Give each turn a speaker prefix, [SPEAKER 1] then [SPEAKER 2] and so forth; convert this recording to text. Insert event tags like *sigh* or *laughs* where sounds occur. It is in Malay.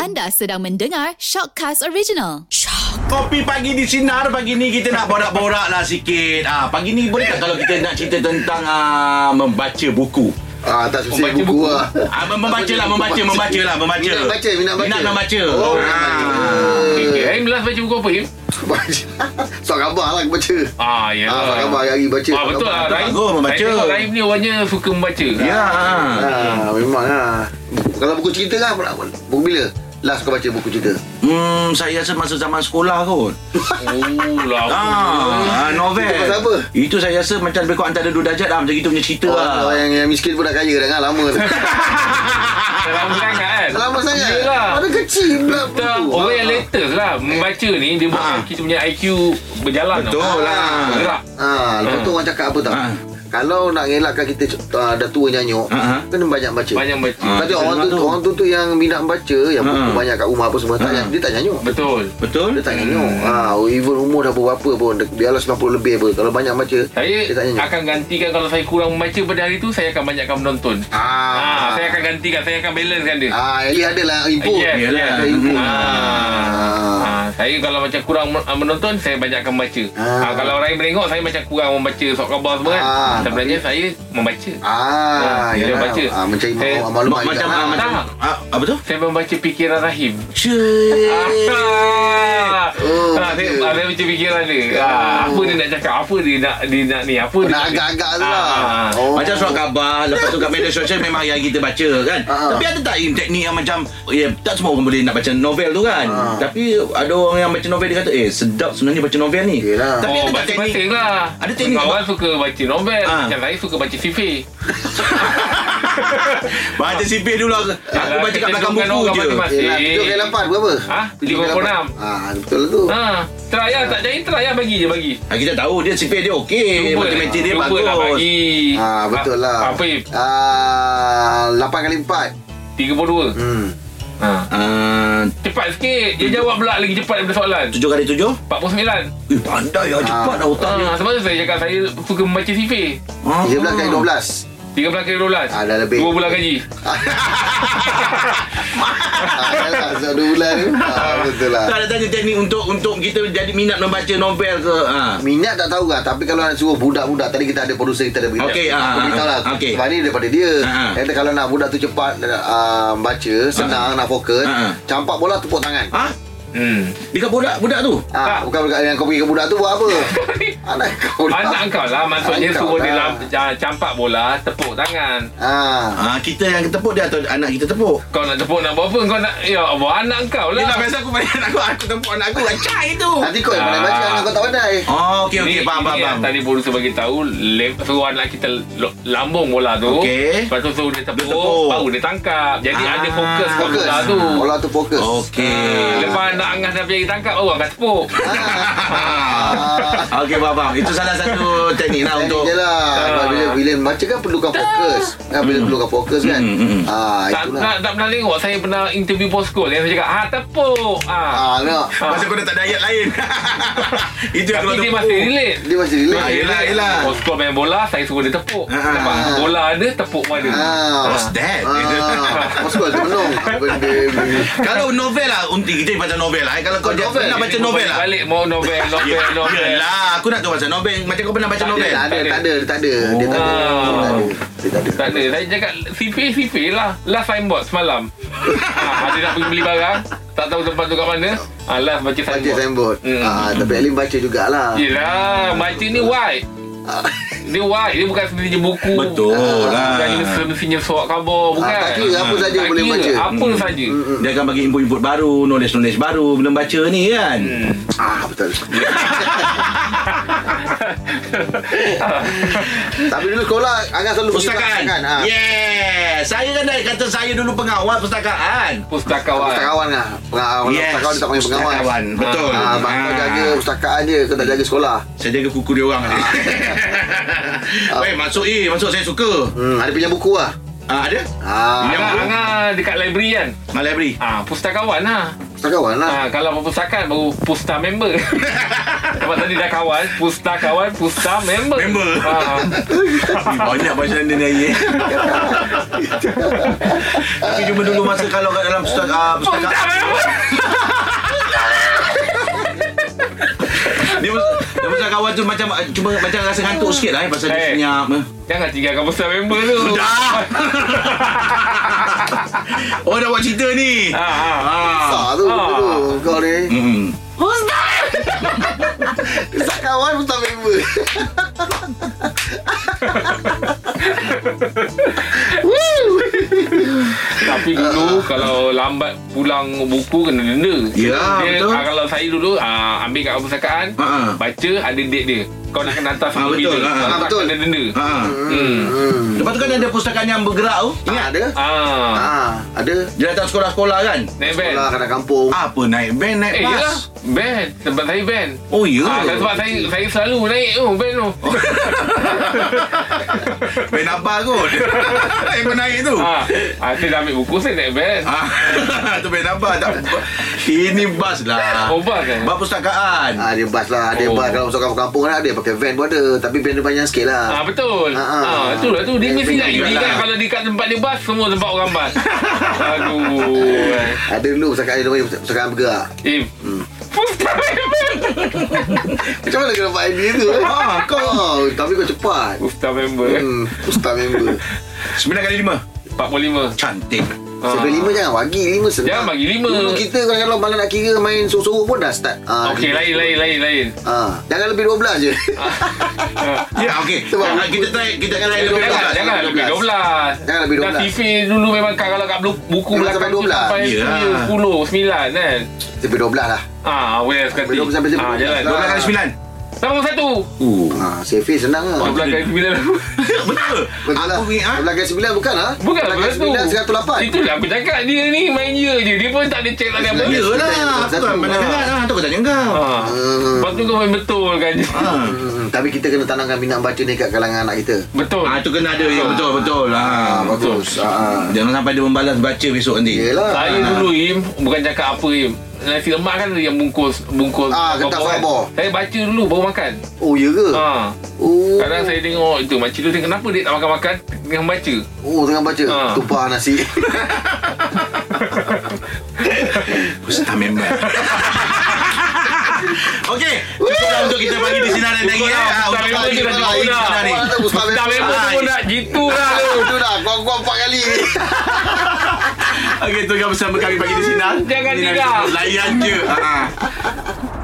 [SPEAKER 1] Anda sedang mendengar Shockcast Original.
[SPEAKER 2] Kopi pagi di Sinar Pagi ni kita nak borak-borak lah sikit ha, Pagi ni boleh tak kalau kita nak cerita tentang uh, Membaca buku
[SPEAKER 3] Ah, tak spesifik buku, buku lah.
[SPEAKER 2] Ah, mem- membaca lah, membaca, membaca lah, membaca.
[SPEAKER 3] Minat baca, minat baca.
[SPEAKER 2] Minat nak baca.
[SPEAKER 3] Oh,
[SPEAKER 2] Ah.
[SPEAKER 3] minat
[SPEAKER 4] Im last lah, baca buku apa Im?
[SPEAKER 3] baca. *laughs* Soal khabar lah aku baca.
[SPEAKER 4] Ah ya.
[SPEAKER 3] Ah, soal khabar hari-hari baca.
[SPEAKER 4] Ah
[SPEAKER 3] soal
[SPEAKER 4] betul
[SPEAKER 3] khabar.
[SPEAKER 4] lah Raim.
[SPEAKER 2] bagus membaca.
[SPEAKER 4] Saya tengok Raim ni orangnya suka membaca.
[SPEAKER 2] Ya
[SPEAKER 3] Ah, memang lah. Buku- Kalau buku cerita lah, pula- buku bila? Last kau baca buku cerita.
[SPEAKER 2] Hmm, saya rasa masa zaman sekolah kot
[SPEAKER 4] Oh lah.
[SPEAKER 2] ah, ah, Novel
[SPEAKER 3] Itu pasal apa? Oh,
[SPEAKER 2] Itu saya rasa macam lebih kurang antara dua darjat lah Macam itu punya cerita
[SPEAKER 3] Orang, orang
[SPEAKER 2] lah
[SPEAKER 3] yang, yang miskin pun dah kaya dah kan? Lama dah.
[SPEAKER 4] Lama sangat kan.
[SPEAKER 3] Lama sangat.
[SPEAKER 4] Yelah.
[SPEAKER 3] Mana kecil pula buku.
[SPEAKER 4] Kita
[SPEAKER 3] Ah.
[SPEAKER 4] orang yang latest lah membaca ni dia buat
[SPEAKER 2] Ah.
[SPEAKER 4] kita punya IQ berjalan. tau. Ah,
[SPEAKER 2] Betul lah
[SPEAKER 4] Gerak.
[SPEAKER 3] Ah, lepas tu orang cakap apa tau?
[SPEAKER 2] Ah.
[SPEAKER 3] Kalau nak elakkan kita ah, dah tua nyanyuk,
[SPEAKER 2] Ah, ah.
[SPEAKER 3] kena banyak baca.
[SPEAKER 4] Banyak baca.
[SPEAKER 2] Ah.
[SPEAKER 3] Tapi orang tu,
[SPEAKER 2] Senang tu.
[SPEAKER 3] orang tu tu yang minat baca, yang
[SPEAKER 2] Ah.
[SPEAKER 3] buku banyak kat rumah apa semua, tak,
[SPEAKER 2] Ah.
[SPEAKER 3] dia tak nyanyuk.
[SPEAKER 4] Betul.
[SPEAKER 2] Betul?
[SPEAKER 3] Dia tak nyanyuk. Ah,
[SPEAKER 4] Hmm.
[SPEAKER 3] even umur dah berapa pun, dia- biarlah 90 lebih pun. Kalau banyak baca,
[SPEAKER 4] Saya
[SPEAKER 3] dia tak nyanyuk.
[SPEAKER 4] akan gantikan kalau saya kurang membaca pada hari tu saya akan banyakkan menonton.
[SPEAKER 3] Ah.
[SPEAKER 4] Ah, saya akan gantikan, saya akan balancekan dia.
[SPEAKER 3] Ah, Eli adalah input.
[SPEAKER 4] Yes,
[SPEAKER 3] Dia
[SPEAKER 2] yes.
[SPEAKER 3] ada input.
[SPEAKER 4] Ah.
[SPEAKER 3] Ah.
[SPEAKER 4] Ha, saya kalau macam kurang men- ah, menonton saya banyakkan baca.
[SPEAKER 3] Ah.
[SPEAKER 4] Ha. kalau orang tengok saya macam kurang membaca sok khabar semua kan.
[SPEAKER 3] Ah,
[SPEAKER 4] Sebenarnya saya membaca.
[SPEAKER 3] Ah,
[SPEAKER 4] Ah,
[SPEAKER 3] ya
[SPEAKER 4] dia
[SPEAKER 3] lah.
[SPEAKER 4] baca.
[SPEAKER 3] Ah, mencari
[SPEAKER 4] Eh,
[SPEAKER 3] maklumat- maklumat
[SPEAKER 2] Macam,
[SPEAKER 3] juga.
[SPEAKER 2] ah,
[SPEAKER 3] Ah.
[SPEAKER 2] macam
[SPEAKER 4] Tak.
[SPEAKER 2] ah, Apa tu?
[SPEAKER 4] Saya membaca fikiran Rahim.
[SPEAKER 2] Cik
[SPEAKER 4] Ah.
[SPEAKER 3] Oh,
[SPEAKER 4] ah, saya,
[SPEAKER 3] baca.
[SPEAKER 4] ah, saya baca fikiran dia. Ah, apa dia nak cakap? Apa dia nak dia nak ni? Apa dia
[SPEAKER 3] Nak
[SPEAKER 4] ni?
[SPEAKER 3] agak-agak tu lah.
[SPEAKER 4] Ah.
[SPEAKER 3] Oh.
[SPEAKER 2] Macam surat khabar Lepas tu kat media sosial Memang yang kita baca kan
[SPEAKER 3] Ah.
[SPEAKER 2] Tapi ada tak Im teknik yang macam ya, Tak semua orang boleh nak baca novel tu kan
[SPEAKER 3] Ah.
[SPEAKER 2] Tapi ada orang yang baca novel Dia kata Eh sedap sebenarnya baca novel ni
[SPEAKER 3] Yelah.
[SPEAKER 2] Tapi
[SPEAKER 4] oh,
[SPEAKER 2] ada tak teknik
[SPEAKER 4] masing-masing lah.
[SPEAKER 2] Ada teknik
[SPEAKER 4] Kawan suka baca novel.
[SPEAKER 2] Ah.
[SPEAKER 4] Macam saya suka baca CV.
[SPEAKER 2] *laughs* Baca sipir dulu aku, aku
[SPEAKER 4] Alah,
[SPEAKER 2] baca kat
[SPEAKER 4] kita
[SPEAKER 2] belakang
[SPEAKER 4] dudukkan
[SPEAKER 2] buku
[SPEAKER 4] orang
[SPEAKER 2] je
[SPEAKER 4] masing-masing.
[SPEAKER 3] Yelah, duduk ke lapan berapa?
[SPEAKER 4] Ah,
[SPEAKER 3] Duduk ke
[SPEAKER 4] 56.
[SPEAKER 3] lapan. Ah, betul lah tu.
[SPEAKER 4] Ha, try lah. Tak jadi try lah. Bagi je, bagi.
[SPEAKER 2] ha, Kita tahu dia sipir dia
[SPEAKER 3] Eh,
[SPEAKER 2] okey
[SPEAKER 4] Cuba
[SPEAKER 2] Matematik dia
[SPEAKER 4] cuba
[SPEAKER 2] bagus
[SPEAKER 4] lah bagi.
[SPEAKER 3] Ah, betul
[SPEAKER 4] A-
[SPEAKER 3] lah.
[SPEAKER 4] Apa Im?
[SPEAKER 3] Ah, lapan kali empat.
[SPEAKER 4] 32.
[SPEAKER 3] Hmm.
[SPEAKER 4] Ha.
[SPEAKER 2] Ah,
[SPEAKER 4] Cepat sikit.
[SPEAKER 2] Hmm.
[SPEAKER 4] Dia jawab pula lagi cepat daripada soalan.
[SPEAKER 2] Tujuh kali tujuh
[SPEAKER 4] 49.
[SPEAKER 2] Eh pandai lah cepat
[SPEAKER 3] Ah.
[SPEAKER 2] lah otak
[SPEAKER 4] Ha, sebab tu saya cakap saya suka membaca CV.
[SPEAKER 2] Ah.
[SPEAKER 3] 13 kali 12.
[SPEAKER 4] 13 kali 12.
[SPEAKER 3] Ah, dah lebih.
[SPEAKER 4] 2 bulan gaji.
[SPEAKER 3] Ah, dah lah, sebab dua bulan ni. Ah, betul lah.
[SPEAKER 2] Tak ada tanya teknik untuk untuk kita jadi minat membaca novel ke ha.
[SPEAKER 3] Minat tak tahu lah Tapi kalau nak suruh budak-budak Tadi kita ada producer Kita ada beritahu
[SPEAKER 2] Okey, ah,
[SPEAKER 3] Aku
[SPEAKER 2] ah,
[SPEAKER 3] beritahu lah
[SPEAKER 2] ah, okey.
[SPEAKER 3] Sebab ni daripada dia
[SPEAKER 2] Ah, ah.
[SPEAKER 3] Kata kalau nak budak tu cepat uh, Baca Senang Nak fokus
[SPEAKER 2] Ah, ah.
[SPEAKER 3] Campak bola tepuk tangan
[SPEAKER 2] Ha?
[SPEAKER 4] Hmm.
[SPEAKER 2] Dekat budak-budak tu?
[SPEAKER 3] Ah, bukan bukan yang kau pergi ke budak tu buat apa?
[SPEAKER 4] *laughs*
[SPEAKER 3] Anak kau lah.
[SPEAKER 4] Anak kau lah maksudnya
[SPEAKER 3] Anak kau
[SPEAKER 4] suruh dia
[SPEAKER 3] lah.
[SPEAKER 4] lam- ah, campak bola, tepuk tangan.
[SPEAKER 3] Ah.
[SPEAKER 2] Ha, kita yang tepuk dia atau anak kita tepuk?
[SPEAKER 4] Kau nak tepuk nak buat apa? Kau nak ya Allah anak kau lah.
[SPEAKER 2] Yelah biasa aku bayar anak aku, aku tepuk anak aku, acai itu.
[SPEAKER 3] Nanti kau yang
[SPEAKER 4] Ah.
[SPEAKER 3] pandai baca anak kau tak pandai.
[SPEAKER 2] Oh, okey okey, faham
[SPEAKER 4] Ni-
[SPEAKER 2] faham
[SPEAKER 4] ni yang
[SPEAKER 2] faham.
[SPEAKER 4] Tadi producer bagi tahu lem, suruh anak kita lo- lambung bola tu.
[SPEAKER 2] Okey.
[SPEAKER 4] Lepas tu suruh dia tepuk,
[SPEAKER 2] Dia tepuk.
[SPEAKER 4] baru dia tangkap. Jadi
[SPEAKER 2] Ah,
[SPEAKER 4] ada fokus kat
[SPEAKER 3] Fokus.
[SPEAKER 4] bola tu.
[SPEAKER 3] Bola tu fokus.
[SPEAKER 2] Okey. *laughs*
[SPEAKER 4] Ah, Lepas anak angah dah pergi tangkap baru angkat tepuk.
[SPEAKER 3] Ah.
[SPEAKER 2] Okey faham faham. Itu salah satu teknik lah
[SPEAKER 3] Untuk
[SPEAKER 2] untuk
[SPEAKER 3] je lah Sebab bila, bila baca kan perlukan fokus kan, Bila perlukan fokus kan
[SPEAKER 2] Hmm, hmm, hmm.
[SPEAKER 3] Ah,
[SPEAKER 4] Tak,
[SPEAKER 3] itulah
[SPEAKER 4] tak, tak pernah tengok Saya pernah interview poskol Yang saya cakap Ah tepuk ah.
[SPEAKER 3] Ah, tengok
[SPEAKER 2] Masa kau dah tak ada ayat lain. *laughs* Itu yang
[SPEAKER 4] Tapi
[SPEAKER 2] keluar
[SPEAKER 4] dia
[SPEAKER 2] tepuk.
[SPEAKER 4] masih relate
[SPEAKER 3] Dia masih
[SPEAKER 2] Ah,
[SPEAKER 3] relax
[SPEAKER 2] yelah, yelah.
[SPEAKER 4] Poskol main bola Saya suruh dia tepuk
[SPEAKER 2] Ah, ah,
[SPEAKER 4] Lepas
[SPEAKER 3] ah.
[SPEAKER 4] bola ada Tepuk mana
[SPEAKER 3] Ah,
[SPEAKER 2] What's that?
[SPEAKER 3] Ah, masuk lah termenung Benda ni
[SPEAKER 2] Kalau novel lah, unti kita pasal novel lah. eh. Kalau kau
[SPEAKER 3] Oh,
[SPEAKER 2] dia-
[SPEAKER 3] novel.
[SPEAKER 2] pernah baca
[SPEAKER 4] Dia
[SPEAKER 2] novel lah. Ya,
[SPEAKER 4] Balik mau novel Novel novel
[SPEAKER 2] Yelah, aku nak tahu pasal novel. Macam kau pernah baca
[SPEAKER 4] Tak ada
[SPEAKER 2] novel?
[SPEAKER 3] Tak ada, tak ada, dia tak ada Dia tak ada Dia tak ada. Dia tak ada
[SPEAKER 4] Tak ada Saya cakap CP CP lah Last signboard semalam ah, Ada nak pergi beli barang Tak tahu tempat tu kat mana ah, Last baca
[SPEAKER 3] Baca
[SPEAKER 4] signboard
[SPEAKER 3] signboard
[SPEAKER 4] Hmm.
[SPEAKER 3] ah, Tapi Alim baca jugalah
[SPEAKER 4] Yelah Baca ni wide
[SPEAKER 3] Ah,
[SPEAKER 4] Dia wide Dia bukan semestinya buku Ah,
[SPEAKER 2] Betul lah.
[SPEAKER 4] Bukan semestinya surat khabar Bukan Ah,
[SPEAKER 3] tak kira apa saja
[SPEAKER 4] Tak
[SPEAKER 3] boleh
[SPEAKER 4] kira,
[SPEAKER 3] baca
[SPEAKER 4] Apa saja
[SPEAKER 2] Dia akan bagi input-input baru, nulis-nulis baru belum baca ni kan.
[SPEAKER 3] Ah, betul Tapi dulu sekolah Angah selalu pergi
[SPEAKER 2] Pustakaan.
[SPEAKER 3] Pustakaan ah.
[SPEAKER 2] Yeah. Saya kan dah kata saya dulu pengawal pustakaan.
[SPEAKER 4] *laughs* Pustakawan
[SPEAKER 3] Pustakawan lah Pengawal
[SPEAKER 2] Yes.
[SPEAKER 3] Pustakawan dia tak panggil pengawan
[SPEAKER 2] Pustakawan. Betul.
[SPEAKER 3] Ah, Abang kau
[SPEAKER 2] Ah.
[SPEAKER 3] jaga pustakaan je Kau tak jaga sekolah
[SPEAKER 2] Saya jaga kuku dia orang.
[SPEAKER 3] *laughs*
[SPEAKER 2] Weh, masuk eh, masuk saya suka.
[SPEAKER 3] hmm, Ada pinjam buku lah
[SPEAKER 2] Ah, ada?
[SPEAKER 3] ah,
[SPEAKER 2] Pinjam
[SPEAKER 4] Angah,
[SPEAKER 2] buku?
[SPEAKER 4] Angah dekat library kan
[SPEAKER 3] *laughs*
[SPEAKER 2] Malabri.
[SPEAKER 4] Ah, pustakawan lah
[SPEAKER 3] Pustakawan lah
[SPEAKER 2] *laughs*
[SPEAKER 4] Ah, kalau perpustakaan baru pusta member. Sebab tadi dah kawan Pusta kawan Pusta member
[SPEAKER 2] Member.
[SPEAKER 4] ha.
[SPEAKER 2] Banyak pasal dia nyanyi eh. *laughs* Tapi jumpa dulu masa kalau kat dalam pustaka
[SPEAKER 3] Oh,
[SPEAKER 2] ah,
[SPEAKER 4] Pusta
[SPEAKER 2] pustaka
[SPEAKER 4] member
[SPEAKER 2] dia pus- dia pustakawan tu macam ah, cuma macam rasa ngantuk sikit lah eh pasal dia
[SPEAKER 4] Eh.
[SPEAKER 2] senyap. eh.
[SPEAKER 4] Jangan tinggalkan Pusta member tu *laughs*
[SPEAKER 2] Dah. *laughs* Oh dah buat cerita ni.
[SPEAKER 4] ha, ha.
[SPEAKER 2] *laughs* Ah.
[SPEAKER 3] Ah, tu betul tu kau ni.
[SPEAKER 2] Hmm.
[SPEAKER 3] Kesak kawan pun tak member.
[SPEAKER 4] Tapi dulu Kalau lambat pulang buku Kena denda
[SPEAKER 2] Ya,
[SPEAKER 4] Dia-
[SPEAKER 2] betul.
[SPEAKER 4] ah, Kalau saya dulu ah, Ambil kat perpustakaan
[SPEAKER 2] Ha, ha.
[SPEAKER 4] Baca ada date dia Kau nak kena hantar sebelum
[SPEAKER 2] betul.
[SPEAKER 4] bila
[SPEAKER 2] Ah,
[SPEAKER 4] Kalau tak,
[SPEAKER 3] betul.
[SPEAKER 4] Kena denda
[SPEAKER 2] Ha.
[SPEAKER 4] Hmm.
[SPEAKER 3] Hmm.
[SPEAKER 2] Lepas tu kan ada pustakaan yang bergerak tu.
[SPEAKER 3] Ah, ada.
[SPEAKER 4] Ah.
[SPEAKER 3] Ah, ada.
[SPEAKER 2] Dia datang sekolah-sekolah kan.
[SPEAKER 4] Naik van
[SPEAKER 3] Sekolah kanak kampung.
[SPEAKER 2] Apa naik van naik
[SPEAKER 4] Eh,
[SPEAKER 2] bas.
[SPEAKER 4] yelah Van Tempat saya van
[SPEAKER 2] Oh ya.
[SPEAKER 4] Ah, kan sebab saya saya selalu naik tu van tu.
[SPEAKER 2] *laughs*
[SPEAKER 3] Oh.
[SPEAKER 2] Van abang
[SPEAKER 4] *laughs*
[SPEAKER 2] kot. Yang menaik tu.
[SPEAKER 4] *laughs* Ah, ah, saya dah ambil buku saya naik van.
[SPEAKER 2] Ah, *laughs* tu van abang tak. Ini bas lah.
[SPEAKER 4] Oh, bas eh?
[SPEAKER 2] Bas pustakaan.
[SPEAKER 3] Ah, ada bas lah. Ada
[SPEAKER 4] Oh.
[SPEAKER 3] bas kalau masuk kampung lah. Ada pakai van pun ada. Tapi van dia panjang sikit lah.
[SPEAKER 4] Ah betul.
[SPEAKER 3] Ah, ah.
[SPEAKER 4] Ah, itulah tu dia
[SPEAKER 3] Eh,
[SPEAKER 4] mesti
[SPEAKER 2] tengok
[SPEAKER 4] nak dia
[SPEAKER 2] juga
[SPEAKER 4] kan
[SPEAKER 2] lah.
[SPEAKER 4] kalau dekat tempat dia bas semua tempat orang
[SPEAKER 3] *laughs*
[SPEAKER 4] bas. Aduh. eh.
[SPEAKER 3] Ada dulu pusakaan ada namanya pusakaan bergerak.
[SPEAKER 4] Eh. Ustaz
[SPEAKER 3] Macam mana kena dapat idea
[SPEAKER 4] *laughs*
[SPEAKER 3] tu? eh?
[SPEAKER 2] Ah,
[SPEAKER 3] kau. Oh, tapi kau cepat.
[SPEAKER 4] Ustaz member eh.
[SPEAKER 3] Hmm, ustaz member.
[SPEAKER 2] 9 kali 5.
[SPEAKER 4] 45.
[SPEAKER 2] Cantik.
[SPEAKER 4] Ah.
[SPEAKER 3] Sebelum lima jangan bagi lima senang.
[SPEAKER 4] Jangan bagi lima.
[SPEAKER 3] Dulu kita kalau malam nak kira main sorok-sorok pun dah start. Ah,
[SPEAKER 4] Okey, lah. Ah. lain lain lain lain.
[SPEAKER 3] Ah, jangan lebih 12 je.
[SPEAKER 2] Ya, okey.
[SPEAKER 3] Sebab-
[SPEAKER 2] Ah, Kita try kita akan lain lebih
[SPEAKER 4] Jangan,
[SPEAKER 2] dahsyat.
[SPEAKER 4] jangan lebih 12.
[SPEAKER 3] Jangan lebih
[SPEAKER 4] Dah
[SPEAKER 3] 12.
[SPEAKER 4] TV dulu memang kat- kalau kat blu- buku
[SPEAKER 3] Memang
[SPEAKER 4] belakang tu
[SPEAKER 3] sampai 12.
[SPEAKER 4] sampai
[SPEAKER 2] Ya.
[SPEAKER 4] 10, 9 kan.
[SPEAKER 3] *laughs* Lebih 12 lah.
[SPEAKER 4] Ah, boleh lah sekali.
[SPEAKER 3] Belum sampai jam
[SPEAKER 4] Ah,
[SPEAKER 3] 12
[SPEAKER 4] jalan.
[SPEAKER 3] lah.
[SPEAKER 2] 12 kali 9.
[SPEAKER 4] Sama satu.
[SPEAKER 2] Uh.
[SPEAKER 3] Ah, selfie senang lah.
[SPEAKER 4] Oh, belakang sembilan.
[SPEAKER 2] *laughs* Betul.
[SPEAKER 3] Betul lah.
[SPEAKER 2] Aku ni ah.
[SPEAKER 3] Belakang 9 bukan lah.
[SPEAKER 4] *laughs* Bukan
[SPEAKER 3] Belakang
[SPEAKER 4] lepas tu
[SPEAKER 3] 9, 108.
[SPEAKER 4] Itulah aku cakap Dia ni main ya je Dia pun tak ada check lagi apa
[SPEAKER 3] Ya.
[SPEAKER 2] Yalah, aku kan pandai
[SPEAKER 3] Ah.
[SPEAKER 2] dengar ah. Tu aku tanya kau.
[SPEAKER 4] ha. Lepas tu kau main betul kan *laughs* je
[SPEAKER 2] Ah.
[SPEAKER 3] Hmm, tapi kita kena tanamkan minat baca ni kat kalangan anak kita.
[SPEAKER 4] Betul
[SPEAKER 2] Ah tu kena ada ya betul betul. Ah bagus. Ah jangan sampai dia membalas baca besok nanti.
[SPEAKER 3] Yelah.
[SPEAKER 4] Saya dulu Im Bukan cakap apa Im Nasi lemak kan ada yang bungkus Bungkus
[SPEAKER 3] Ah,
[SPEAKER 4] apa-apa
[SPEAKER 3] ketak
[SPEAKER 4] kan.
[SPEAKER 3] sabor.
[SPEAKER 4] Saya baca dulu baru makan
[SPEAKER 3] Oh, ya ke?
[SPEAKER 4] ha.
[SPEAKER 3] Oh.
[SPEAKER 4] Kadang saya tengok itu Makcik tu tengok kenapa dia tak makan-makan Tengah baca
[SPEAKER 3] Oh, tengah baca.
[SPEAKER 4] Ah.
[SPEAKER 3] Tumpah nasi.
[SPEAKER 2] Ustaz *laughs* member. Okey, cukuplah untuk kita bagi di sinar dan lagi ya.
[SPEAKER 4] Ustaz
[SPEAKER 2] Ah, untuk
[SPEAKER 4] member
[SPEAKER 2] pagi
[SPEAKER 4] je dah
[SPEAKER 2] kita
[SPEAKER 4] cukup
[SPEAKER 2] bagi di
[SPEAKER 4] dah.
[SPEAKER 2] sinar ni.
[SPEAKER 3] Ustaz Ustaz
[SPEAKER 4] Tak
[SPEAKER 3] member.
[SPEAKER 4] memang
[SPEAKER 2] Ah,
[SPEAKER 4] pun nak gitu lah
[SPEAKER 3] Ah,
[SPEAKER 4] tu
[SPEAKER 3] Itu dah. Kau-kau empat kali ni.
[SPEAKER 2] Okey, tu kan bersama kami bagi di sinar.
[SPEAKER 4] Jangan
[SPEAKER 2] Sinar
[SPEAKER 4] tidak.
[SPEAKER 2] Layan je. Ah.